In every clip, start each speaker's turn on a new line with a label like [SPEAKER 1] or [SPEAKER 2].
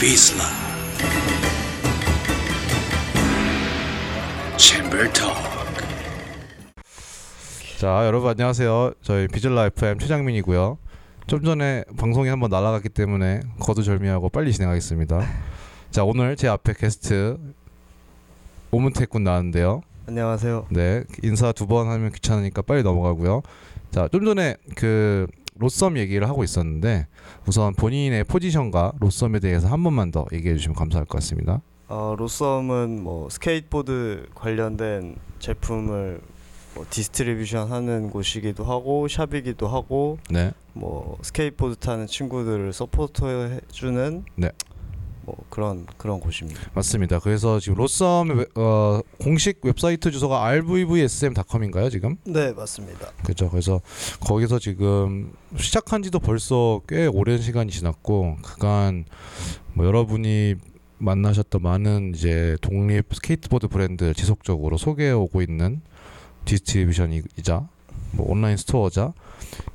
[SPEAKER 1] 비슬라 챔버톡
[SPEAKER 2] 자 여러분 안녕하세요 저희 비즐라 FM 최장민이고요 좀 전에 방송이 한번 날아갔기 때문에 거두절미하고 빨리 진행하겠습니다 자 오늘 제 앞에 게스트 오문태군 나왔는데요
[SPEAKER 3] 안녕하세요.
[SPEAKER 2] 네 인사 두 번 하면 귀찮으니까 빨리 넘어가고요 자 좀 전에 그 로썸 얘기를 하고 있었는데 우선 본인의 포지션과 로썸에 대해서 한 번만 더 얘기해 주시면 감사할 것 같습니다
[SPEAKER 3] 어, 로썸은 뭐 스케이트보드 관련된 제품을 뭐 디스트리뷰션하는 곳이기도 하고 샵이기도 하고
[SPEAKER 2] 네
[SPEAKER 3] 뭐 스케이트보드 타는 친구들을 서포트해주는
[SPEAKER 2] 네.
[SPEAKER 3] 뭐 그런 그런 곳입니다.
[SPEAKER 2] 맞습니다 그래서 지금 로썸 의 어, 공식 웹사이트 주소가 rvvsm.com인가요 지금?
[SPEAKER 3] 네 맞습니다.
[SPEAKER 2] 그렇죠. 그래서 거기서 지금 시작한 지도 벌써 꽤 오랜 시간이 지났고 그간 뭐 여러분이 만나셨던 많은 이제 독립 스케이트보드 브랜드 지속적으로 소개해 오고 있는 디스트리뷰션이자 뭐 온라인 스토어자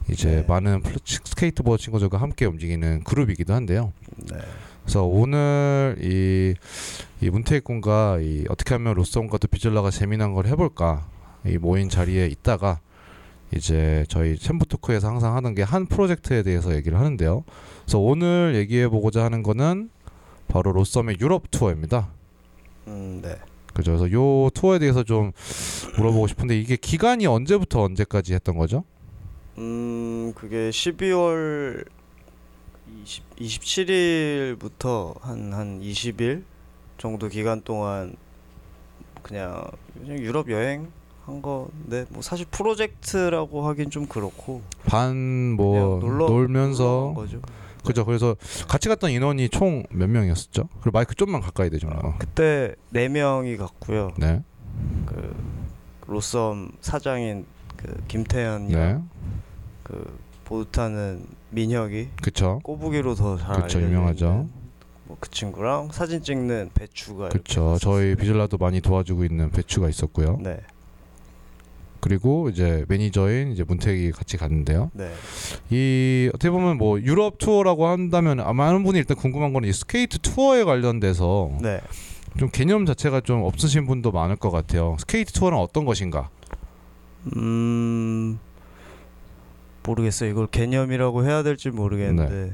[SPEAKER 2] 이제
[SPEAKER 3] 네.
[SPEAKER 2] 많은 플- 스케이트보드 친구들과 함께 움직이는 그룹이기도 한데요.
[SPEAKER 3] 네.
[SPEAKER 2] 그래서 오늘 이, 이 문태익 군과 이 어떻게 하면 로스온과 또 비젤라가 재미난 걸 해볼까 이 모인 자리에 있다가 이제 저희 챔프토크에서 항상 하는 게 한 프로젝트에 대해서 얘기를 하는데요. 그래서 오늘 얘기해보고자 하는 거는 바로 로썸의 유럽 투어입니다.
[SPEAKER 3] 음, 네.
[SPEAKER 2] 그죠. 그래서 요 투어에 대해서 좀 물어보고 싶은데 이게 기간이 언제부터 언제까지 했던 거죠?
[SPEAKER 3] 음 그게 12월 20, 27일부터 한 한 20일 정도 기간 동안 그냥 그냥 유럽 여행 한 건데 뭐 사실 프로젝트라고 하긴 좀 그렇고
[SPEAKER 2] 반 뭐
[SPEAKER 3] 그냥 놀러- 놀러
[SPEAKER 2] 놀면서
[SPEAKER 3] 간 거죠.
[SPEAKER 2] 그죠. 그래서 같이 갔던 인원이 총 몇 명이었었죠? 그리고 마이크 좀만 가까이 대죠. 어.
[SPEAKER 3] 그때 네 명이 갔고요.
[SPEAKER 2] 네.
[SPEAKER 3] 그 로썸 사장인 그 김태현이랑
[SPEAKER 2] 네.
[SPEAKER 3] 그 보드타는 민혁이
[SPEAKER 2] 그쵸.
[SPEAKER 3] 꼬부기로 더 잘
[SPEAKER 2] 그쵸,
[SPEAKER 3] 알려져 있는
[SPEAKER 2] 유명하죠.
[SPEAKER 3] 뭐 그 친구랑 사진 찍는 배추가 이렇게
[SPEAKER 2] 그쵸. 저희 비즐라도 많이 도와주고 있는 배추가 있었고요.
[SPEAKER 3] 네,
[SPEAKER 2] 그리고 이제 매니저인 이제 문택이 같이 갔는데요.
[SPEAKER 3] 네,
[SPEAKER 2] 이 어떻게 보면 뭐 유럽 투어라고 한다면 아마 많은 분이 일단 궁금한 거는 이 스케이트 투어에 관련돼서
[SPEAKER 3] 네.
[SPEAKER 2] 좀 개념 자체가 좀 없으신 분도 많을 것 같아요. 스케이트 투어는 어떤 것인가?
[SPEAKER 3] 음 모르겠어요. 이걸 개념이라고 해야 될지 모르겠는데,
[SPEAKER 2] 네.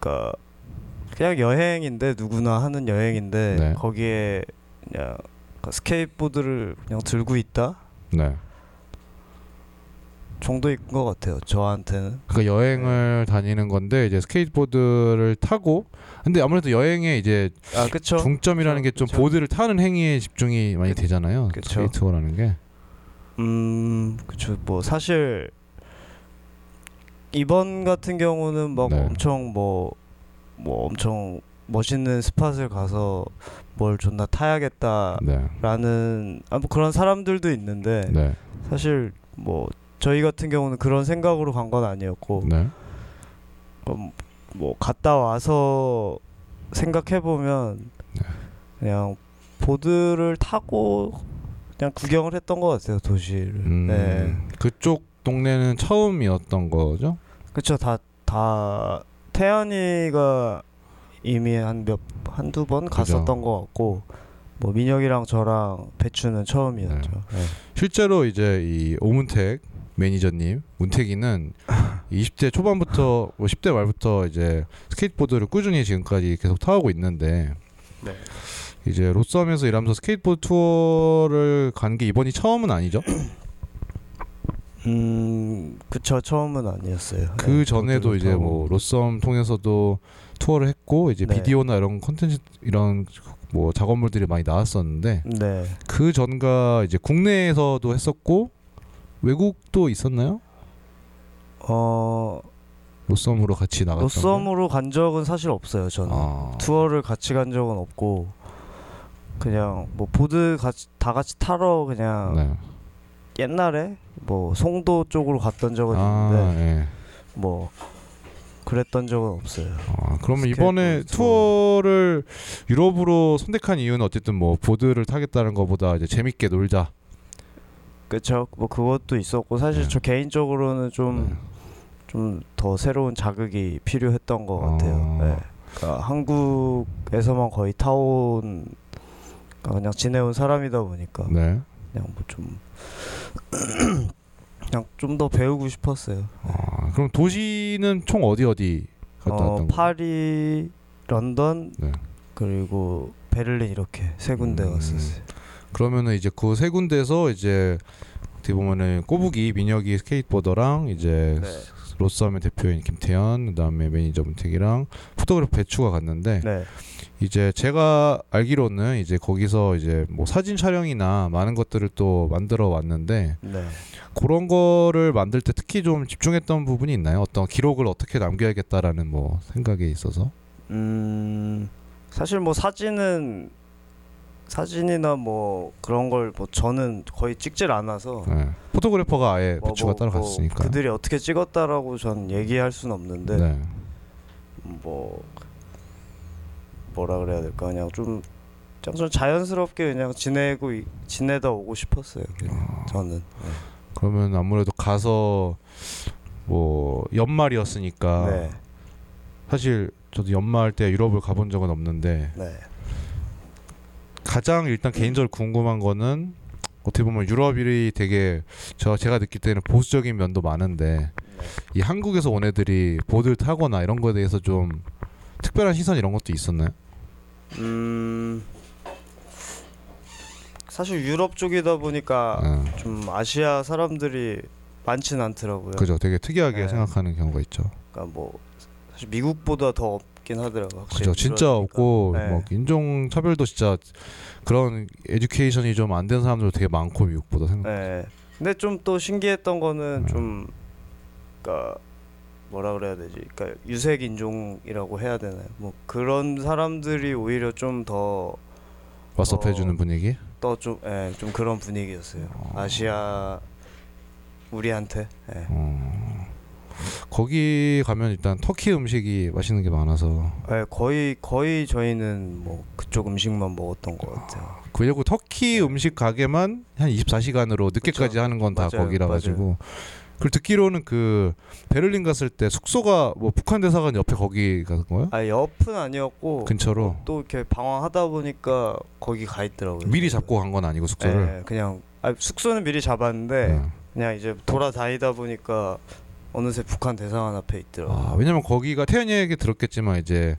[SPEAKER 3] 그러니까 그냥 여행인데 누구나 하는 여행인데
[SPEAKER 2] 네.
[SPEAKER 3] 거기에 그냥 그 스케이트보드를 그냥 들고 있다
[SPEAKER 2] 네.
[SPEAKER 3] 정도인 것 같아요. 저한테는.
[SPEAKER 2] 그러니까 여행을
[SPEAKER 3] 네.
[SPEAKER 2] 다니는 건데 이제 스케이트보드를 타고 근데 아무래도 여행에 이제
[SPEAKER 3] 아 그쵸.
[SPEAKER 2] 중점이라는 게 좀
[SPEAKER 3] 그쵸.
[SPEAKER 2] 보드를 타는 행위에 집중이 많이
[SPEAKER 3] 그렇죠. 그-
[SPEAKER 2] 되잖아요.
[SPEAKER 3] 그쵸.
[SPEAKER 2] 스케이트 투어라는 게. 네.
[SPEAKER 3] 음 그쵸. 뭐 사실 이번 같은 경우는 막
[SPEAKER 2] 네.
[SPEAKER 3] 엄청 뭐 뭐 엄청 멋있는 스팟을 가서 뭘 존나 타야겠다
[SPEAKER 2] 네.
[SPEAKER 3] 라는 아, 뭐 그런 사람들도 있는데
[SPEAKER 2] 네.
[SPEAKER 3] 사실 뭐 저희 같은 경우는 그런 생각으로 간 건 아니었고
[SPEAKER 2] 네.
[SPEAKER 3] 그럼 뭐 갔다 와서 생각해 보면
[SPEAKER 2] 네.
[SPEAKER 3] 그냥 보드를 타고 그냥 구경을 했던 것 같아요 도시를.
[SPEAKER 2] 음,
[SPEAKER 3] 네,
[SPEAKER 2] 그쪽 동네는 처음이었던 거죠?
[SPEAKER 3] 그쵸 다다 태연이가 이미 한 몇 한두 번 갔었던 것 같고 뭐 민혁이랑 저랑 배추는 처음이었죠. 네.
[SPEAKER 2] 실제로 이제 이 오문택 매니저님 문택이는 20대 초반부터 뭐 10대 말부터 이제 스케이트보드를 꾸준히 지금까지 계속 타오고 있는데
[SPEAKER 3] 네.
[SPEAKER 2] 이제 로썸에서 일하면서 스케이트보드 투어를 간 게 이번이 처음은 아니죠?
[SPEAKER 3] 네, 음, 그쵸 처음은 아니었어요. 네,
[SPEAKER 2] 그 전에도 이제 뭐 로썸 통해서도 투어를 했고 이제
[SPEAKER 3] 네.
[SPEAKER 2] 비디오나 이런 콘텐츠 이런 뭐 작업물들이 많이 나왔었는데
[SPEAKER 3] 네.
[SPEAKER 2] 그 전과 이제 국내에서도 했었고 외국도 있었나요?
[SPEAKER 3] 어,
[SPEAKER 2] 로썸으로 같이 나갔던
[SPEAKER 3] 로썸으로 간 적은 사실 없어요.
[SPEAKER 2] 거?
[SPEAKER 3] 저는
[SPEAKER 2] 아,
[SPEAKER 3] 투어를 같이 간 적은 없고 그냥 뭐 보드 같이 다 같이 타러 그냥
[SPEAKER 2] 네.
[SPEAKER 3] 옛날에 뭐 송도 쪽으로 갔던 적은
[SPEAKER 2] 아,
[SPEAKER 3] 있는데
[SPEAKER 2] 예.
[SPEAKER 3] 뭐 그랬던 적은 없어요.
[SPEAKER 2] 아, 그러면
[SPEAKER 3] 스케이트
[SPEAKER 2] 이번에
[SPEAKER 3] 투어.
[SPEAKER 2] 투어를 유럽으로 선택한 이유는 어쨌든 뭐 보드를 타겠다는 것보다 이제 재밌게 놀자.
[SPEAKER 3] 그쵸? 뭐 그것도 있었고 사실
[SPEAKER 2] 네.
[SPEAKER 3] 저 개인적으로는 좀 좀 더 새로운 자극이 필요했던 것 같아요.
[SPEAKER 2] 아.
[SPEAKER 3] 네. 그러니까 한국에서만 거의 타온 그러니까 그냥 지내온 사람이다 보니까
[SPEAKER 2] 네.
[SPEAKER 3] 그냥 뭐 좀 그냥 좀 더 배우고 싶었어요.
[SPEAKER 2] 아, 그럼 도시는 총 어디 어디 갔다
[SPEAKER 3] 어,
[SPEAKER 2] 왔던 거예요?
[SPEAKER 3] 파리, 런던
[SPEAKER 2] 네.
[SPEAKER 3] 그리고 베를린 이렇게 세 군데
[SPEAKER 2] 음.
[SPEAKER 3] 갔었어요.
[SPEAKER 2] 그러면은 이제 그 세 군데에서 이제 어떻게 보면은 꼬부기 민혁이 스케이트보더랑 이제
[SPEAKER 3] 네.
[SPEAKER 2] 로스하면 대표인 김태현 그다음에 매니저 문택이랑 포토그래프 배추가 갔는데
[SPEAKER 3] 네.
[SPEAKER 2] 이제 제가 알기로는 이제 거기서 이제 뭐 사진 촬영이나 많은 것들을 또 만들어 왔는데
[SPEAKER 3] 네.
[SPEAKER 2] 그런 거를 만들 때 특히 좀 집중했던 부분이 있나요? 어떤 기록을 어떻게 남겨야겠다라는 뭐 생각에 있어서
[SPEAKER 3] 음 사실 뭐 사진은 사진이나 뭐 그런 걸 뭐 저는 거의 찍질 않아서
[SPEAKER 2] 네. 포토그래퍼가 아예
[SPEAKER 3] 뭐,
[SPEAKER 2] 네, 배추가
[SPEAKER 3] 뭐,
[SPEAKER 2] 따로
[SPEAKER 3] 뭐
[SPEAKER 2] 갔으니까
[SPEAKER 3] 그들이 어떻게 찍었다라고 전 얘기할 수는 없는데
[SPEAKER 2] 네.
[SPEAKER 3] 뭐 뭐라 그래야 될까 그냥 좀 그냥 좀 자연스럽게 그냥 지내고 이- 지내다 오고 싶었어요
[SPEAKER 2] 아.
[SPEAKER 3] 그냥 저는
[SPEAKER 2] 그러면 아무래도 가서 뭐 연말이었으니까
[SPEAKER 3] 네,
[SPEAKER 2] 사실 저도 연말 때 유럽을 가본 적은 없는데
[SPEAKER 3] 네.
[SPEAKER 2] 가장 일단 개인적으로 궁금한 거는 어떻게 보면 유럽이 되게 저 제가 느낄 때는 보수적인 면도 많은데
[SPEAKER 3] 네.
[SPEAKER 2] 이 한국에서 온 애들이 보드를 타거나 이런 거에 대해서 좀 특별한 시선 이런 것도 있었나요?
[SPEAKER 3] 음 사실 유럽 쪽이다 보니까
[SPEAKER 2] 응.
[SPEAKER 3] 좀 아시아 사람들이 많진 않더라고요.
[SPEAKER 2] 그죠. 되게 특이하게
[SPEAKER 3] 네.
[SPEAKER 2] 생각하는 경우가 있죠.
[SPEAKER 3] 그러니까 뭐 사실 미국보다 더 없긴 하더라고요. 확실히
[SPEAKER 2] 그죠. 진짜
[SPEAKER 3] 유럽이니까.
[SPEAKER 2] 없고
[SPEAKER 3] 네.
[SPEAKER 2] 뭐 인종 차별도 진짜 그런 에듀케이션이 좀 안 된 사람들도 되게 많고 미국보다 생각.
[SPEAKER 3] 네. 근데 좀 또 신기했던
[SPEAKER 2] 네.
[SPEAKER 3] 거는 좀 그러니까 뭐라 그래야 되지? 그러니까 유색 인종이라고 해야 되나요? 뭐 그런 사람들이 오히려 좀 더 더 좀
[SPEAKER 2] 왓썹
[SPEAKER 3] 어.
[SPEAKER 2] 해주는 분위기.
[SPEAKER 3] 예, 좀 그런 분위기였어요. 아시아 우리한테. 예.
[SPEAKER 2] 어. 거기 가면 일단 터키 음식이 맛있는 게 많아서
[SPEAKER 3] 예, 거의 거의 저희는 뭐 그쪽 음식만 먹었던 것 같아요.
[SPEAKER 2] 그리고 터키 음식 가게만 한 24시간으로 늦게까지
[SPEAKER 3] 네. 그쵸.
[SPEAKER 2] 하는 건 다
[SPEAKER 3] 맞아요.
[SPEAKER 2] 거기라
[SPEAKER 3] 맞아요.
[SPEAKER 2] 가지고 그리고 듣기로는 그 베를린 갔을 때 숙소가 뭐 북한 대사관 옆에 거기 가는 거예요?
[SPEAKER 3] 아 옆은 아니었고
[SPEAKER 2] 근처로
[SPEAKER 3] 또 이렇게 방황하다 보니까 거기 가 있더라고요.
[SPEAKER 2] 미리
[SPEAKER 3] 저희가.
[SPEAKER 2] 잡고 간 건 아니고 숙소를.
[SPEAKER 3] 예, 그냥 아, 숙소는 미리 잡았는데
[SPEAKER 2] 네.
[SPEAKER 3] 그냥 이제 돌아다니다 보니까 어느새 북한 대사관 앞에 있더라고요.
[SPEAKER 2] 아, 왜냐면 거기가 태연이에게 들었겠지만 이제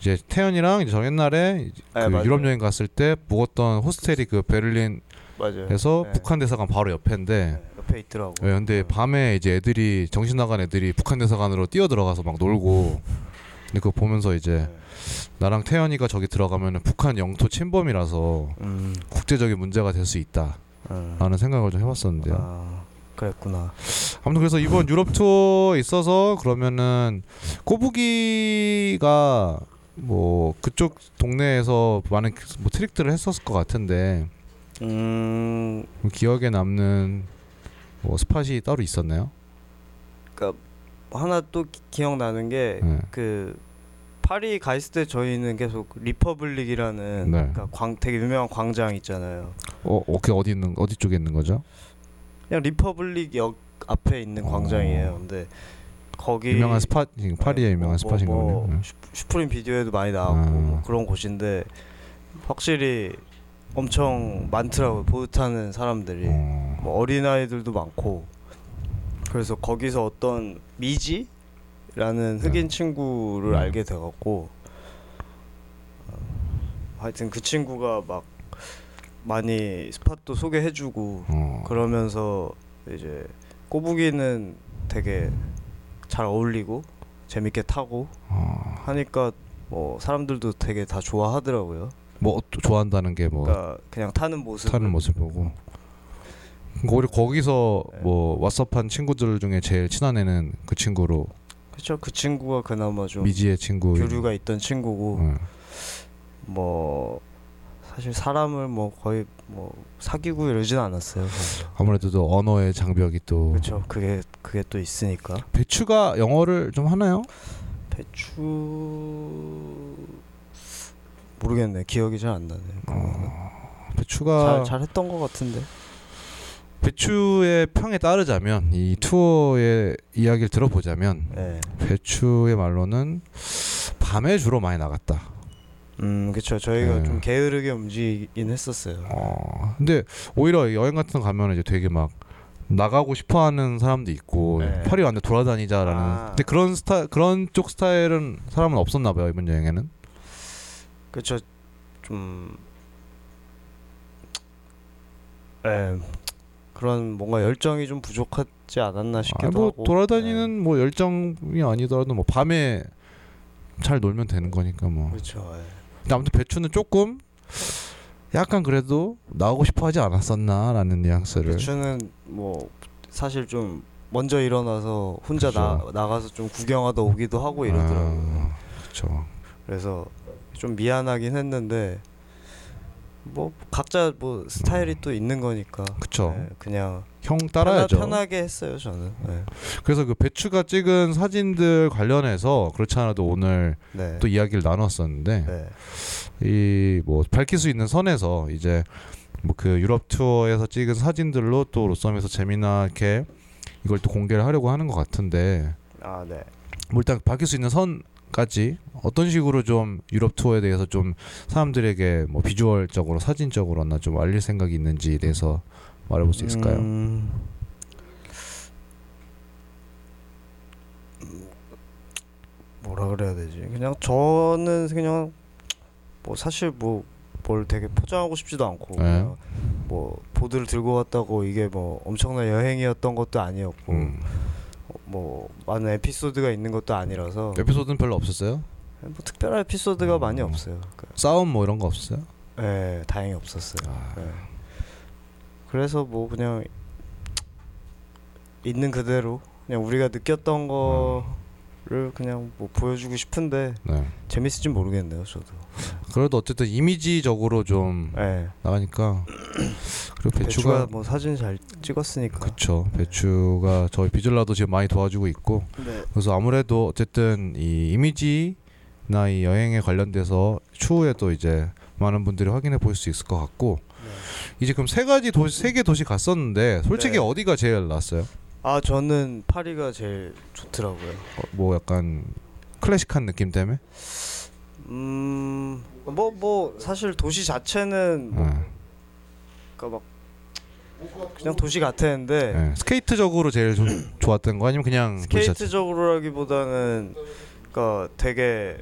[SPEAKER 2] 이제 태연이랑 이제 저 옛날에
[SPEAKER 3] 예,
[SPEAKER 2] 그
[SPEAKER 3] 맞아요.
[SPEAKER 2] 유럽 여행 갔을 때 묵었던 호스텔이 그 베를린에서
[SPEAKER 3] 맞아요. 네.
[SPEAKER 2] 북한 대사관 바로 옆인데
[SPEAKER 3] 예, 옆에 있더라고.
[SPEAKER 2] 예, 근데
[SPEAKER 3] 음.
[SPEAKER 2] 밤에 이제 애들이 정신 나간 애들이 북한 대사관으로 뛰어 들어가서 막 놀고 근데 그거 보면서 이제
[SPEAKER 3] 네.
[SPEAKER 2] 나랑 태연이가 저기 들어가면은 북한 영토 침범이라서
[SPEAKER 3] 음,
[SPEAKER 2] 국제적인 문제가 될 수 있다라는
[SPEAKER 3] 음.
[SPEAKER 2] 생각을 좀 해봤었는데요.
[SPEAKER 3] 아, 그랬구나.
[SPEAKER 2] 아무튼 그래서 이번 유럽 투어에 있어서 그러면은 꼬부기가 뭐 그쪽 동네에서 많은 뭐 트릭들을 했었을 것 같은데
[SPEAKER 3] 음,
[SPEAKER 2] 기억에 남는 뭐 스팟이 따로 있었나요?
[SPEAKER 3] 그러니까 하나 또 기, 기억나는
[SPEAKER 2] 네.
[SPEAKER 3] 게 그 파리 가 있을 때 저희는 계속 리퍼블릭이라는
[SPEAKER 2] 네.
[SPEAKER 3] 그러니까 광 되게 유명한 광장 있잖아요.
[SPEAKER 2] 어, 어디 어디 있는 어디 쪽에 있는 거죠?
[SPEAKER 3] 그냥 리퍼블릭 역 앞에 있는
[SPEAKER 2] 어.
[SPEAKER 3] 광장이에요. 근데 거기
[SPEAKER 2] 유명한 스팟 지금 파리의
[SPEAKER 3] 네,
[SPEAKER 2] 유명한
[SPEAKER 3] 예. 뭐,
[SPEAKER 2] 스팟인
[SPEAKER 3] 뭐,
[SPEAKER 2] 거네요. 네.
[SPEAKER 3] 슈- 슈프림 비디오에도 많이 나왔고
[SPEAKER 2] 아.
[SPEAKER 3] 뭐 그런 곳인데 확실히 엄청 많더라고요. 보드 타는 사람들이
[SPEAKER 2] 어,
[SPEAKER 3] 뭐 어린 아이들도 많고 그래서 거기서 어떤 미지라는 흑인 친구를
[SPEAKER 2] 네.
[SPEAKER 3] 알게 돼갖고 어, 하여튼 그 친구가 막 많이 스팟도 소개해주고
[SPEAKER 2] 어.
[SPEAKER 3] 그러면서 이제 꼬부기는 되게 잘 어울리고 재밌게 타고
[SPEAKER 2] 어.
[SPEAKER 3] 하니까 뭐 사람들도 되게 다 좋아하더라고요.
[SPEAKER 2] 뭐 어- 좋아한다는 게 뭐
[SPEAKER 3] 그러니까 뭐. 그냥 타는 모습.
[SPEAKER 2] 타는 모습 보고 그러니까 오히려 거기서
[SPEAKER 3] 예.
[SPEAKER 2] 뭐 왓썹한 친구들 중에 제일 친한 애는 그 친구로
[SPEAKER 3] 그렇죠. 그 친구가 그나마 좀
[SPEAKER 2] 미지의 친구 어. 예.
[SPEAKER 3] 교류가 있던 친구고
[SPEAKER 2] 응.
[SPEAKER 3] 뭐 사실 사람을 뭐 거의 뭐 사귀고 이러진 않았어요.
[SPEAKER 2] 아무래도 또 언어의 장벽이 또
[SPEAKER 3] 그렇죠. 그게 그게 또 있으니까.
[SPEAKER 2] 배추가 영어를 좀 하나요?
[SPEAKER 3] 배추 모르겠네. 기억이 잘 안 나네.
[SPEAKER 2] 배추가
[SPEAKER 3] 잘, 잘 했던 것 같은데.
[SPEAKER 2] 배추의 평에 따르자면 이 투어의 이야기를 들어보자면
[SPEAKER 3] 예.
[SPEAKER 2] 배추의 말로는 밤에 주로 많이 나갔다.
[SPEAKER 3] 음, 그렇죠. 저희가
[SPEAKER 2] 네.
[SPEAKER 3] 좀 게으르게 움직이긴 했었어요.
[SPEAKER 2] 어, 근데 오히려 여행 같은 데 가면 이제 되게 막 나가고 싶어하는 사람도 있고
[SPEAKER 3] 네.
[SPEAKER 2] 파리 완전 돌아다니자라는.
[SPEAKER 3] 아.
[SPEAKER 2] 근데 그런 스타 그런 쪽 스타일은 사람은 없었나 봐요 이번 여행에는.
[SPEAKER 3] 그렇죠. 좀 에, 예, 그런 뭔가 열정이 좀 부족하지 않았나 싶기도
[SPEAKER 2] 아, 뭐
[SPEAKER 3] 하고. 네.
[SPEAKER 2] 돌아다니는 뭐 열정이 아니더라도 뭐 밤에 잘 놀면 되는 거니까 뭐.
[SPEAKER 3] 그렇죠.
[SPEAKER 2] 근데 아무튼 배추는 조금 약간 그래도 나오고 싶어하지 않았었나라는 뉘앙스를.
[SPEAKER 3] 배추는 뭐 사실 좀 먼저 일어나서 혼자
[SPEAKER 2] 그쵸.
[SPEAKER 3] 나, 나가서 좀 구경하다 오기도 하고 이러더라고요.
[SPEAKER 2] 아, 그렇죠.
[SPEAKER 3] 그래서 좀 미안하긴 했는데 뭐 각자 뭐 스타일이 또 있는 거니까
[SPEAKER 2] 그쵸.
[SPEAKER 3] 네, 그냥
[SPEAKER 2] 형 따라야죠.
[SPEAKER 3] 편하, 게 했어요 저는 네.
[SPEAKER 2] 그래서 그 배추가 찍은 사진들 관련해서 그렇지 않아도 오늘
[SPEAKER 3] 네.
[SPEAKER 2] 또 이야기를 나눴었는데
[SPEAKER 3] 네.
[SPEAKER 2] 이 뭐 밝힐 수 있는 선에서 이제 뭐 그 유럽 투어에서 찍은 사진들로 또 로썸에서 재미나게 이걸 또 공개를 하려고 하는 것 같은데
[SPEAKER 3] 아 네.
[SPEAKER 2] 뭐 일단 밝힐 수 있는 선까지 어떤 식으로 좀 유럽 투어에 대해서 좀 사람들에게 뭐 비주얼적으로 사진적으로나 좀 알릴 생각이 있는지에 대해서 말해볼 수 있을까요?
[SPEAKER 3] 음. 뭐라 그래야 되지? 그냥 저는 그냥 뭐 사실 뭐 뭘 되게 포장하고 싶지도 않고
[SPEAKER 2] 네.
[SPEAKER 3] 그냥 뭐 보드를 들고 왔다고 이게 뭐 엄청난 여행이었던 것도 아니었고
[SPEAKER 2] 음.
[SPEAKER 3] 뭐 많은 에피소드가 있는 것도 아니라서
[SPEAKER 2] 에피소드는 별로 없었어요?
[SPEAKER 3] 뭐 특별한 에피소드가
[SPEAKER 2] 네. 음.
[SPEAKER 3] 많이 없어요. 그
[SPEAKER 2] 싸움 뭐 이런 거 없었어요?
[SPEAKER 3] 예, 다행히 없었어요.
[SPEAKER 2] 아.
[SPEAKER 3] 예. 그래서 뭐 그냥 있는 그대로 그냥 우리가 느꼈던 거를 그냥 뭐 보여주고 싶은데
[SPEAKER 2] 네.
[SPEAKER 3] 재밌을진 모르겠네요, 저도.
[SPEAKER 2] 그래도 어쨌든 이미지적으로 좀
[SPEAKER 3] 예.
[SPEAKER 2] 나가니까 그리고
[SPEAKER 3] 배추가
[SPEAKER 2] 배추가
[SPEAKER 3] 뭐 사진 잘 찍었으니까.
[SPEAKER 2] 그쵸 배추가 저희 비절라도 지금 많이 도와주고 있고
[SPEAKER 3] 네.
[SPEAKER 2] 그래서 아무래도 어쨌든 이 이미지나 이 여행에 관련돼서 추후에 또 이제 많은 분들이 확인해 볼 수 있을 것 같고
[SPEAKER 3] 네.
[SPEAKER 2] 이제 그럼 세 가지 도시 세 개 도시 갔었는데 솔직히
[SPEAKER 3] 네.
[SPEAKER 2] 어디가 제일 낫어요?
[SPEAKER 3] 아, 저는 파리가 제일 좋더라고요.
[SPEAKER 2] 어, 뭐 약간 클래식한 느낌 때문에?
[SPEAKER 3] 음. 뭐 뭐 사실 도시 자체는 뭐
[SPEAKER 2] 네.
[SPEAKER 3] 그러니까 막 그냥 도시 같았는데
[SPEAKER 2] 네. 스케이트적으로 제일 좋- 좋았던 거 아니면 그냥 도시 자체?
[SPEAKER 3] 스케이트적으로라기보다는 그러니까 되게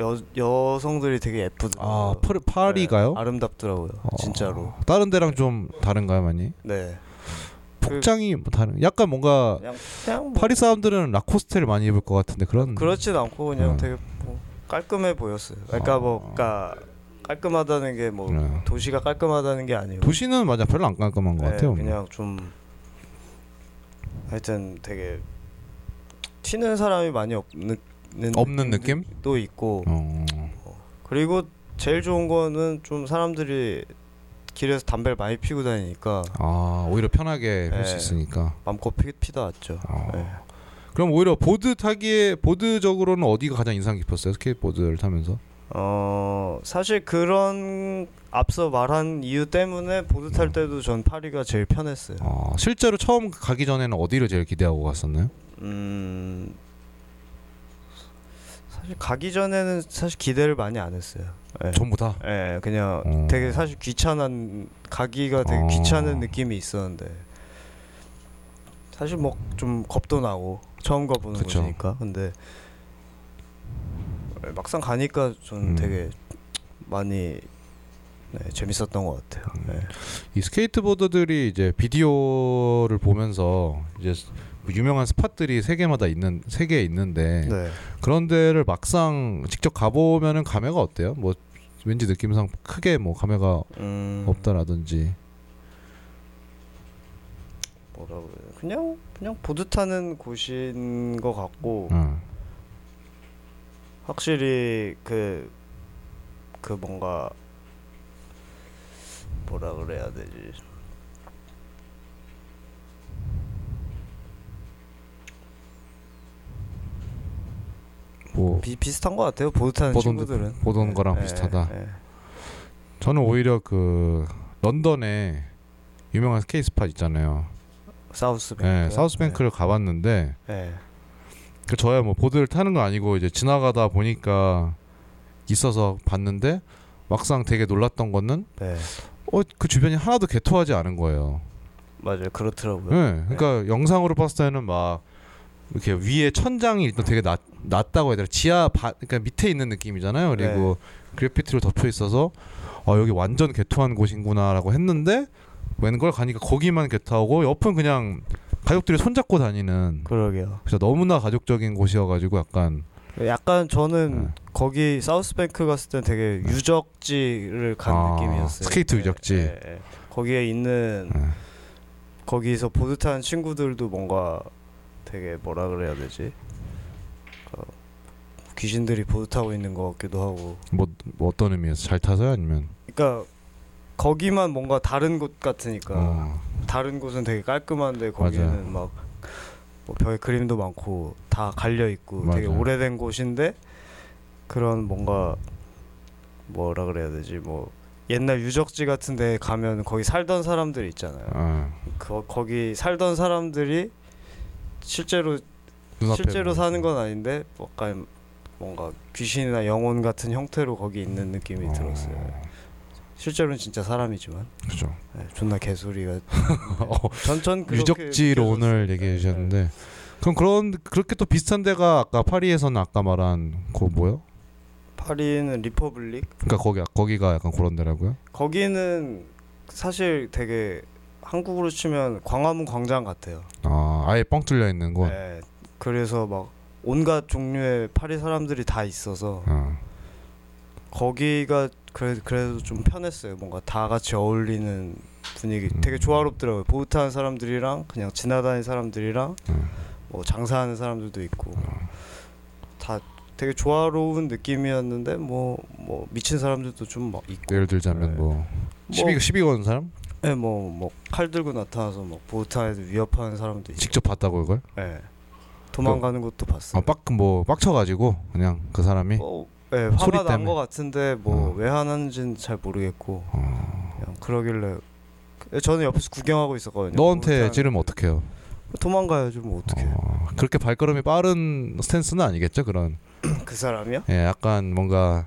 [SPEAKER 3] 여, 여성들이 되게 예쁘더라고요.
[SPEAKER 2] 아 파리, 파리가요?
[SPEAKER 3] 네, 아름답더라고요.
[SPEAKER 2] 어.
[SPEAKER 3] 진짜로.
[SPEAKER 2] 다른 데랑 좀 다른가요 많이?
[SPEAKER 3] 네.
[SPEAKER 2] 복장이 뭐 다른 약간 뭔가
[SPEAKER 3] 그냥 그냥 뭐
[SPEAKER 2] 파리 사람들은 라코스테를 많이 입을 것 같은데 그런
[SPEAKER 3] 그렇진 않고 그냥
[SPEAKER 2] 음. 아.
[SPEAKER 3] 되게 뭐 깔끔해 보였어요. 그러니까 뭐 그러니까 깔끔하다는 게 뭐
[SPEAKER 2] 네.
[SPEAKER 3] 도시가 깔끔하다는 게 아니고
[SPEAKER 2] 도시는 맞아 별로 안 깔끔한 것
[SPEAKER 3] 네,
[SPEAKER 2] 같아요. 뭐.
[SPEAKER 3] 그냥 좀 하여튼 되게 튀는 사람이 많이 없는 음.
[SPEAKER 2] 없는 느낌?
[SPEAKER 3] 또 있고
[SPEAKER 2] 어,
[SPEAKER 3] 그리고 제일 좋은 거는 좀 사람들이 길에서 담배를 많이 피고 다니니까
[SPEAKER 2] 아 오히려 편하게 할 수
[SPEAKER 3] 네.
[SPEAKER 2] 있으니까.
[SPEAKER 3] 마음껏 피, 피다 왔죠.
[SPEAKER 2] 어.
[SPEAKER 3] 네.
[SPEAKER 2] 그럼 오히려 보드 타기에 보드적으로는 어디가 가장 인상 깊었어요? 스케이트보드를 타면서?
[SPEAKER 3] 어 사실 그런 앞서 말한 이유 때문에 보드 탈 때도 전 파리가 제일 편했어요.
[SPEAKER 2] 아, 실제로 처음 가기 전에는 어디를 제일 기대하고 갔었나요?
[SPEAKER 3] 음 사실 가기 전에는 사실 기대를 많이 안 했어요. 예,
[SPEAKER 2] 전부 다.
[SPEAKER 3] 예, 그냥
[SPEAKER 2] 어.
[SPEAKER 3] 되게 사실 귀찮은 가기가 되게
[SPEAKER 2] 어.
[SPEAKER 3] 귀찮은 느낌이 있었는데 사실 뭐 좀 겁도 나고 처음 가보는
[SPEAKER 2] 그쵸.
[SPEAKER 3] 곳이니까 근데 예, 막상 가니까 저는
[SPEAKER 2] 음.
[SPEAKER 3] 되게 많이 네, 재밌었던 것 같아요.
[SPEAKER 2] 음,
[SPEAKER 3] 네.
[SPEAKER 2] 이 스케이트보드들이 이제 비디오를 보면서 이제 뭐 유명한 스팟들이 세 개마다 있는 세 개 있는데
[SPEAKER 3] 네.
[SPEAKER 2] 그런 데를 막상 직접 가보면은 감회가 어때요? 뭐 왠지 느낌상 크게 뭐 감회가 어.
[SPEAKER 3] 음,
[SPEAKER 2] 없다라든지
[SPEAKER 3] 뭐라 그래 그냥 그냥 보드 타는 곳인 것 같고
[SPEAKER 2] 응.
[SPEAKER 3] 확실히 그 그 뭔가 뭐라 그래야 되지
[SPEAKER 2] 뭐
[SPEAKER 3] 비, 뭐 비슷한 것 같아요 보드 타는
[SPEAKER 2] 보던
[SPEAKER 3] 친구들은
[SPEAKER 2] 보던 거랑
[SPEAKER 3] 예,
[SPEAKER 2] 비슷하다.
[SPEAKER 3] 예.
[SPEAKER 2] 저는 오히려 그 런던에 유명한 스케이트 스팟 있잖아요.
[SPEAKER 3] 사우스
[SPEAKER 2] 예,
[SPEAKER 3] 뱅크
[SPEAKER 2] 사우스뱅크를 가봤는데
[SPEAKER 3] 예.
[SPEAKER 2] 그 저야 뭐 보드를 타는 거 아니고 이제 지나가다 보니까 있어서 봤는데 막상 되게 놀랐던 거는
[SPEAKER 3] 네.
[SPEAKER 2] 어 그 주변이 하나도 개토하지 않은 거예요.
[SPEAKER 3] 맞아요. 그렇더라고요.
[SPEAKER 2] 네, 그러니까 영상으로 봤을 때는 막 이렇게 위에 천장이 일단 되게 낮, 낮다고 해야 되나 지하 바, 그러니까 밑에 있는 느낌이잖아요. 그리고
[SPEAKER 3] 네.
[SPEAKER 2] 그래피티로 덮여 있어서 아 여기 완전 개토한 곳인구나라고 했는데 웬걸 가니까 거기만 개토하고 옆은 그냥 가족들이 손잡고 다니는
[SPEAKER 3] 그러게요.
[SPEAKER 2] 그래서 너무나 가족적인 곳이어가지고 약간
[SPEAKER 3] 약간 저는
[SPEAKER 2] 네.
[SPEAKER 3] 거기 사우스뱅크 갔을 때 되게
[SPEAKER 2] 네.
[SPEAKER 3] 유적지를 간
[SPEAKER 2] 아,
[SPEAKER 3] 느낌이었어요.
[SPEAKER 2] 스케이트
[SPEAKER 3] 예,
[SPEAKER 2] 유적지.
[SPEAKER 3] 예, 예. 거기에 있는
[SPEAKER 2] 네.
[SPEAKER 3] 거기서 보드 타는 친구들도 뭔가 되게 뭐라 그래야 되지? 어, 귀신들이 보드 타고 있는 것 같기도 하고.
[SPEAKER 2] 뭐, 뭐 어떤 의미에서 잘 타서요 아니면
[SPEAKER 3] 그러니까 거기만 뭔가 다른 곳 같으니까
[SPEAKER 2] 어,
[SPEAKER 3] 다른 곳은 되게 깔끔한데 거기는 막 뭐 벽에 그림도 많고 다 갈려 있고 되게
[SPEAKER 2] 맞아요.
[SPEAKER 3] 오래된 곳인데 그런 뭔가 뭐라 그래야 되지 뭐 옛날 유적지 같은데 가면 거기 살던 사람들 있잖아요.
[SPEAKER 2] 아,
[SPEAKER 3] 그 거기 살던 사람들이 실제로
[SPEAKER 2] 눈앞에
[SPEAKER 3] 실제로
[SPEAKER 2] 뭐-
[SPEAKER 3] 사는 건 아닌데 약간 뭔가 귀신이나 영혼 같은 형태로 거기 있는 느낌이
[SPEAKER 2] 어,
[SPEAKER 3] 들었어요. 실제로는 진짜 사람이지만
[SPEAKER 2] 그죠.
[SPEAKER 3] 네, 존나 개소리가
[SPEAKER 2] 어,
[SPEAKER 3] 전전 그렇게
[SPEAKER 2] 유적지로
[SPEAKER 3] 느껴졌어요. 네,
[SPEAKER 2] 오늘 얘기해 주셨는데 그럼 그런 그렇게 또 비슷한 데가 아까 파리에서는 아까 말한 그 뭐요?
[SPEAKER 3] 파리는 리퍼블릭
[SPEAKER 2] 그러니까 거기 거기가 약간 그런 데라고요?
[SPEAKER 3] 거기는 사실 되게 한국으로 치면 광화문 광장 같아요.
[SPEAKER 2] 아 아예 뻥 뚫려 있는 곳.
[SPEAKER 3] 네, 그래서 막 온갖 종류의 파리 사람들이 다 있어서
[SPEAKER 2] 어,
[SPEAKER 3] 거기가 그래, 그래도 좀 편했어요. 뭔가 다 같이 어울리는 분위기
[SPEAKER 2] 음.
[SPEAKER 3] 되게 조화롭더라고요. 보트하는 사람들이랑 그냥 지나다니는 사람들이랑
[SPEAKER 2] 음.
[SPEAKER 3] 뭐 장사하는 사람들도 있고 다 되게 조화로운 느낌이었는데 뭐 뭐 미친 사람들도 좀 막 있고
[SPEAKER 2] 예를 들자면
[SPEAKER 3] 네.
[SPEAKER 2] 뭐 시비 시비 거는 사람
[SPEAKER 3] 예, 뭐, 뭐, 칼 들고 나타나서 뭐, 보호타에서 위협하는 사람도 있고,
[SPEAKER 2] 직접 봤다고 그걸?
[SPEAKER 3] 예. 도망가는 것도 봤어요.
[SPEAKER 2] 아빡뭐 빡쳐가지고 그냥 그 사람이
[SPEAKER 3] 어, 예,
[SPEAKER 2] 소리
[SPEAKER 3] 화가 난
[SPEAKER 2] 때문에.
[SPEAKER 3] 것 같은데, 뭐,
[SPEAKER 2] 어.
[SPEAKER 3] 왜 화났는지는 잘 모르겠고,
[SPEAKER 2] 어,
[SPEAKER 3] 그냥 그러길래, 그- 저는 옆에서 구경하고 있었거든요.
[SPEAKER 2] 너한테
[SPEAKER 3] 보호타는.
[SPEAKER 2] 찌르면 어떡해요?
[SPEAKER 3] 도망가야죠, 뭐, 어떡해.
[SPEAKER 2] 어, 그렇게 발걸음이 빠른 스탠스는 아니겠죠 그런.
[SPEAKER 3] 그 사람이야?
[SPEAKER 2] 예, 약간 뭔가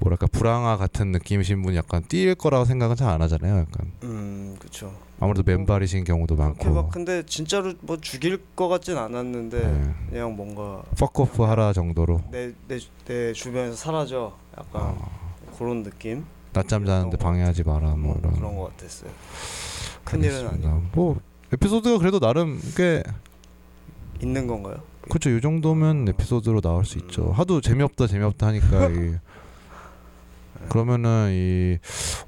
[SPEAKER 2] 뭐랄까 불황화 같은 느낌이신 분이 약간 뛸 거라고 생각은 잘 안 하잖아요. 약간
[SPEAKER 3] 음, 그쵸.
[SPEAKER 2] 아무래도 맨발이신 경우도
[SPEAKER 3] 그렇게 막,
[SPEAKER 2] 많고.
[SPEAKER 3] 근데 진짜로 뭐, 죽일 것 같진 않았는데,
[SPEAKER 2] 예,
[SPEAKER 3] 그냥 뭔가,
[SPEAKER 2] 퍽오프 하라 정도로
[SPEAKER 3] 내, 내, 내 주변에서 사라져. 약간, 그런 느낌?
[SPEAKER 2] 낮잠 자는데
[SPEAKER 3] 그런 거
[SPEAKER 2] 방해하지 마라 어. 뭐 이런.
[SPEAKER 3] 그런 것 같았어요. 큰일은 아니고.
[SPEAKER 2] 알겠습니다. 뭐 에피소드가 그래도 나름 꽤
[SPEAKER 3] 있는 건가요?
[SPEAKER 2] 그렇죠. 이 정도면 에피소드로 나올 수
[SPEAKER 3] 음.
[SPEAKER 2] 있죠. 하도 재미없다 재미없다 하니까 이 그러면은 이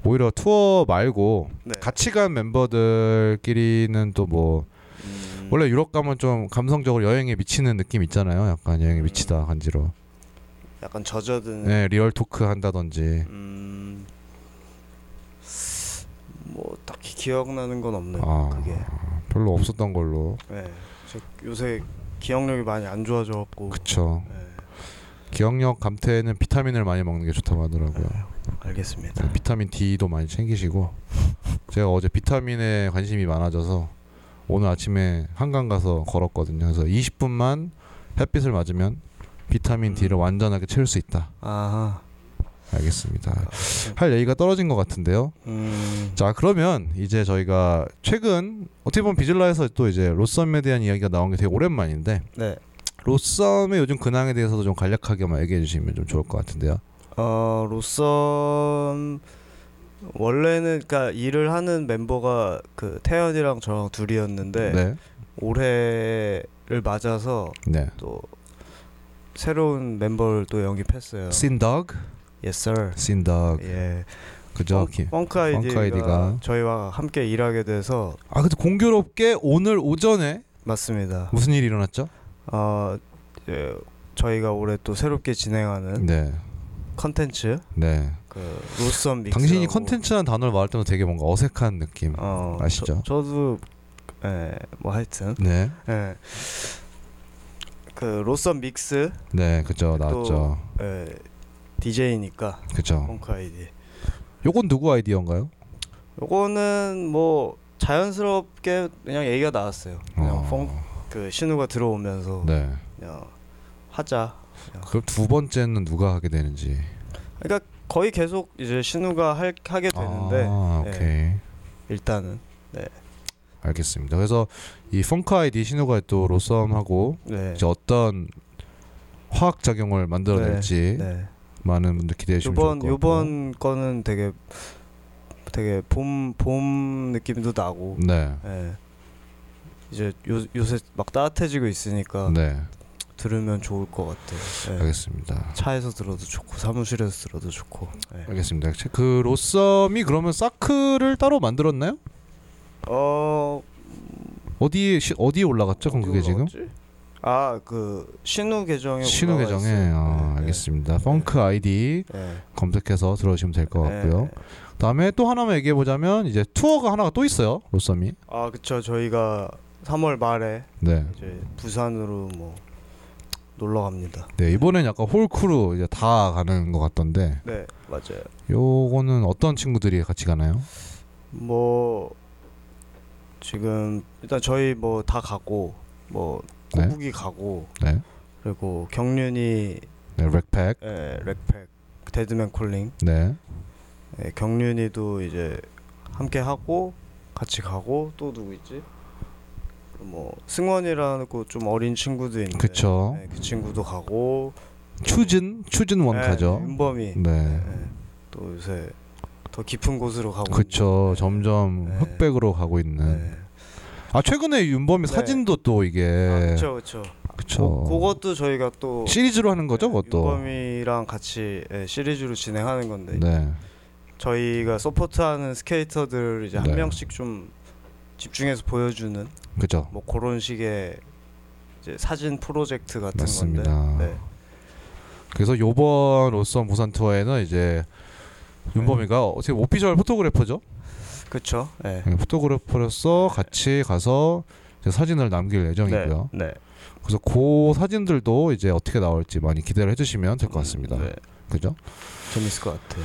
[SPEAKER 2] 오히려 투어 말고
[SPEAKER 3] 네.
[SPEAKER 2] 같이 간 멤버들끼리는 또뭐
[SPEAKER 3] 음,
[SPEAKER 2] 원래 유럽 가면 좀 감성적으로 여행에 미치는 느낌 있잖아요. 약간 여행에 미치다 간지로.
[SPEAKER 3] 약간 젖어드는
[SPEAKER 2] 네, 리얼 토크 한다든지.
[SPEAKER 3] 음, 뭐 딱히 기억나는 건 없는
[SPEAKER 2] 아.
[SPEAKER 3] 그게
[SPEAKER 2] 별로 없었던 걸로.
[SPEAKER 3] 네. 저 요새 기억력이 많이 안 좋아져갖고
[SPEAKER 2] 그쵸.
[SPEAKER 3] 네,
[SPEAKER 2] 기억력 감퇴에는 비타민을 많이 먹는 게 좋다고 하더라고요.
[SPEAKER 3] 알겠습니다.
[SPEAKER 2] 네, 비타민 D도 많이 챙기시고. 제가 어제 비타민에 관심이 많아져서 오늘 아침에 한강 가서 걸었거든요. 그래서 20분만 햇빛을 맞으면 비타민 D를 완전하게 채울 수 있다.
[SPEAKER 3] 아하.
[SPEAKER 2] 알겠습니다. 할 얘기가 떨어진 것 같은데요.
[SPEAKER 3] 음,
[SPEAKER 2] 자 그러면 이제 저희가 최근 어떻게 보면 비질라에서 또 이제 로썸에 대한 이야기가 나온 게 되게 오랜만인데
[SPEAKER 3] 네.
[SPEAKER 2] 로썸의 요즘 근황에 대해서도 좀 간략하게만 얘기해 주시면 좀 좋을 것 같은데요.
[SPEAKER 3] 어 로썸 원래는 그러니까 일을 하는 멤버가 그 태연이랑 저랑 둘이었는데
[SPEAKER 2] 네,
[SPEAKER 3] 올해를 맞아서
[SPEAKER 2] 네.
[SPEAKER 3] 또 새로운 멤버를 또 영입했어요.
[SPEAKER 2] 신덕,
[SPEAKER 3] yes sir.
[SPEAKER 2] 신덕,
[SPEAKER 3] 예.
[SPEAKER 2] 그죠? 기-
[SPEAKER 3] 펑크 아이디가,
[SPEAKER 2] 아이디가.
[SPEAKER 3] 저희와 함께 일하게 돼서
[SPEAKER 2] 아 근데 공교롭게 오늘 오전에
[SPEAKER 3] 맞습니다.
[SPEAKER 2] 무슨 일이 일어났죠?
[SPEAKER 3] 어, 예, 저희가 올해 또 새롭게 진행하는
[SPEAKER 2] 네,
[SPEAKER 3] 컨텐츠
[SPEAKER 2] 네.
[SPEAKER 3] 그 로썸 믹스.
[SPEAKER 2] 당신이 컨텐츠라는 단어를 말할 때마다 되게 뭔가 어색한 느낌
[SPEAKER 3] 어,
[SPEAKER 2] 아시죠?
[SPEAKER 3] 저, 저도 예, 뭐 하여튼
[SPEAKER 2] 네,
[SPEAKER 3] 예. 그 로썸 믹스
[SPEAKER 2] 네, 그죠 나왔죠,
[SPEAKER 3] 예, DJ니까
[SPEAKER 2] 그죠.
[SPEAKER 3] 펑크 아이디.
[SPEAKER 2] 요건 누구 아이디어인가요?
[SPEAKER 3] 요거는 뭐 자연스럽게 그냥 얘기가 나왔어요. 그냥
[SPEAKER 2] 어,
[SPEAKER 3] 펑, 그 신우가 들어오면서
[SPEAKER 2] 네,
[SPEAKER 3] 그냥 하자.
[SPEAKER 2] 그럼 두 번째는 누가 하게 되는지.
[SPEAKER 3] 그러니까 거의 계속 이제 신우가 할, 하게 되는데
[SPEAKER 2] 아,
[SPEAKER 3] 네.
[SPEAKER 2] 오케이.
[SPEAKER 3] 일단은
[SPEAKER 2] 알겠습니다. 그래서 이 펑크 아이디 신우가 또 로썸하고
[SPEAKER 3] 네.
[SPEAKER 2] 이제 어떤 화학 작용을 만들어낼지
[SPEAKER 3] 네.
[SPEAKER 2] 많은 분들 기대해 주시면 좋을
[SPEAKER 3] 요번
[SPEAKER 2] 것
[SPEAKER 3] 요번 거는 되게 되게 봄 봄 느낌도 나고
[SPEAKER 2] 같고. 네.
[SPEAKER 3] 예. 이제 요, 요새 막 따뜻해지고 있으니까
[SPEAKER 2] 네.
[SPEAKER 3] 들으면 좋을 것 같아요. 예.
[SPEAKER 2] 알겠습니다.
[SPEAKER 3] 차에서 들어도 좋고 사무실에서 들어도 좋고. 예.
[SPEAKER 2] 알겠습니다. 그 로썸이 그러면 사크를 따로 만들었나요?
[SPEAKER 3] 어
[SPEAKER 2] 어디 시, 어디에 올라갔죠? 그럼 그게 지금
[SPEAKER 3] 아그 신우 계정에
[SPEAKER 2] 신우
[SPEAKER 3] 네, 올라와
[SPEAKER 2] 계정에
[SPEAKER 3] 있어요.
[SPEAKER 2] 아,
[SPEAKER 3] 예,
[SPEAKER 2] 알겠습니다. 펑크 아이디
[SPEAKER 3] 예, 예.
[SPEAKER 2] 검색해서 들어오시면 될 것 같고요.
[SPEAKER 3] 예, 예.
[SPEAKER 2] 다음에 또 하나만 얘기해 보자면 이제 투어가 하나가 또 있어요. 로썸이.
[SPEAKER 3] 아 그쵸 저희가 3월 말에
[SPEAKER 2] 네.
[SPEAKER 3] 이제 부산으로 뭐 놀러 갑니다.
[SPEAKER 2] 네 이번엔 약간 홀크루 이제 다 가는 것 같던데
[SPEAKER 3] 네 맞아요.
[SPEAKER 2] 요거는 어떤 친구들이 같이 가나요?
[SPEAKER 3] 뭐 지금 일단 저희 뭐 다 가고 뭐
[SPEAKER 2] 네.
[SPEAKER 3] 꼬북이 가고
[SPEAKER 2] 네,
[SPEAKER 3] 그리고 경륜이
[SPEAKER 2] 네 렉팩,
[SPEAKER 3] 에, 렉팩 데드맨 콜링
[SPEAKER 2] 네,
[SPEAKER 3] 에, 경륜이도 이제 함께 하고 같이 가고 또 누구 있지? 뭐 승원이라고 좀 어린 친구도 있는데
[SPEAKER 2] 그쵸.
[SPEAKER 3] 예, 그 친구도 가고
[SPEAKER 2] 추진, 추진 원
[SPEAKER 3] 예,
[SPEAKER 2] 가죠.
[SPEAKER 3] 윤범이
[SPEAKER 2] 네,
[SPEAKER 3] 예, 또 요새 더 깊은 곳으로 가고
[SPEAKER 2] 그쵸.
[SPEAKER 3] 있는데.
[SPEAKER 2] 점점
[SPEAKER 3] 네.
[SPEAKER 2] 흑백으로 가고 있는.
[SPEAKER 3] 예.
[SPEAKER 2] 아 최근에 윤범이
[SPEAKER 3] 네.
[SPEAKER 2] 사진도 또
[SPEAKER 3] 아,
[SPEAKER 2] 이게
[SPEAKER 3] 그쵸 그쵸
[SPEAKER 2] 네. 그쵸.
[SPEAKER 3] 그, 것도 저희가 또
[SPEAKER 2] 시리즈로 하는 거죠, 그것도.
[SPEAKER 3] 윤범이랑 같이 예, 시리즈로 진행하는 건데
[SPEAKER 2] 네,
[SPEAKER 3] 저희가 서포트하는 스케이터들 이제 한
[SPEAKER 2] 네.
[SPEAKER 3] 명씩 좀 집중해서 보여주는
[SPEAKER 2] 그죠.
[SPEAKER 3] 뭐 그런 식의 이제 사진 프로젝트 같은
[SPEAKER 2] 맞습니다.
[SPEAKER 3] 건데 네.
[SPEAKER 2] 그래서 요번 로썸 부산 투어에는 이제 윤범이가 어떻게 보면 오피셜 포토그래퍼죠.
[SPEAKER 3] 네 그쵸 네.
[SPEAKER 2] 네, 포토그래퍼로서 같이 가서 이제 사진을 남길 예정이고요.
[SPEAKER 3] 네. 네.
[SPEAKER 2] 그래서 그 사진들도 이제 어떻게 나올지 많이 기대를 해주시면 될 것 같습니다.
[SPEAKER 3] 네.
[SPEAKER 2] 그죠?
[SPEAKER 3] 재밌을 것 같아요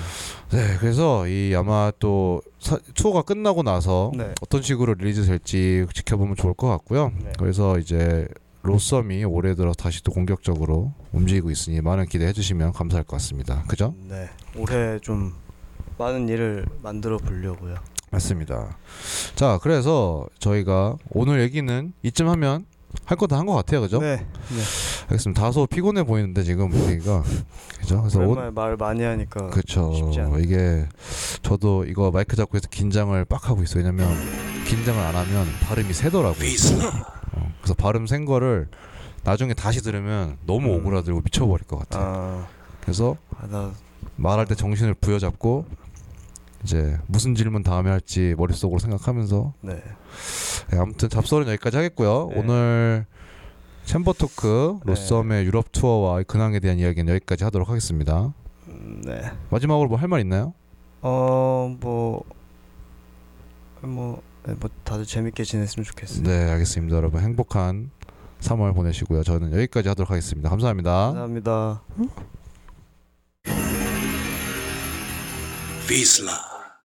[SPEAKER 2] 네, 그래서 이 아마 또 사- 투어가 끝나고 나서
[SPEAKER 3] 네.
[SPEAKER 2] 어떤 식으로 릴리즈 될지 지켜보면 좋을 것 같고요.
[SPEAKER 3] 네.
[SPEAKER 2] 그래서 이제 로썸이 올해 들어 다시 또 공격적으로 움직이고 있으니 많은 기대해 주시면 감사할 것 같습니다. 그죠?
[SPEAKER 3] 네 올해 좀 많은 일을 만들어 보려고요
[SPEAKER 2] 맞습니다. 자, 그래서 저희가 오늘 얘기는 이쯤 하면 할 거 다 한 것 같아요. 그죠?
[SPEAKER 3] 네, 네.
[SPEAKER 2] 알겠습니다. 다소 피곤해 보이는데 지금 분위기가. 그죠? 그래서 오,
[SPEAKER 3] 오랜만에 말 많이 하니까
[SPEAKER 2] 그렇죠.
[SPEAKER 3] 쉽지 않아요.
[SPEAKER 2] 이게 저도 이거 마이크 잡고 해서 긴장을 빡 하고 있어요. 왜냐면 긴장을 안 하면 발음이 새더라고요. 어, 그래서 발음 센 거를 나중에 다시 들으면 너무
[SPEAKER 3] 음.
[SPEAKER 2] 오그라들고 미쳐버릴 것 같아요. 그래서
[SPEAKER 3] 아나
[SPEAKER 2] 말할 때 정신을 부여잡고 이제 무슨 질문 다음에 할지 머릿속으로 생각하면서
[SPEAKER 3] 네.
[SPEAKER 2] 네, 아무튼 잡설은 여기까지 하겠고요.
[SPEAKER 3] 네.
[SPEAKER 2] 오늘 챔버 토크
[SPEAKER 3] 네.
[SPEAKER 2] 로썸의 유럽 투어와 근황에 대한 이야기는 여기까지 하도록 하겠습니다.
[SPEAKER 3] 음, 네.
[SPEAKER 2] 마지막으로 뭐 할 말 있나요?
[SPEAKER 3] 어, 뭐, 뭐, 네, 뭐 다들 재밌게 지냈으면 좋겠습니다.
[SPEAKER 2] 네, 알겠습니다. 여러분 행복한 3월 보내시고요. 저는 여기까지 하도록 하겠습니다. 감사합니다.
[SPEAKER 3] 감사합니다.
[SPEAKER 1] Peace, love.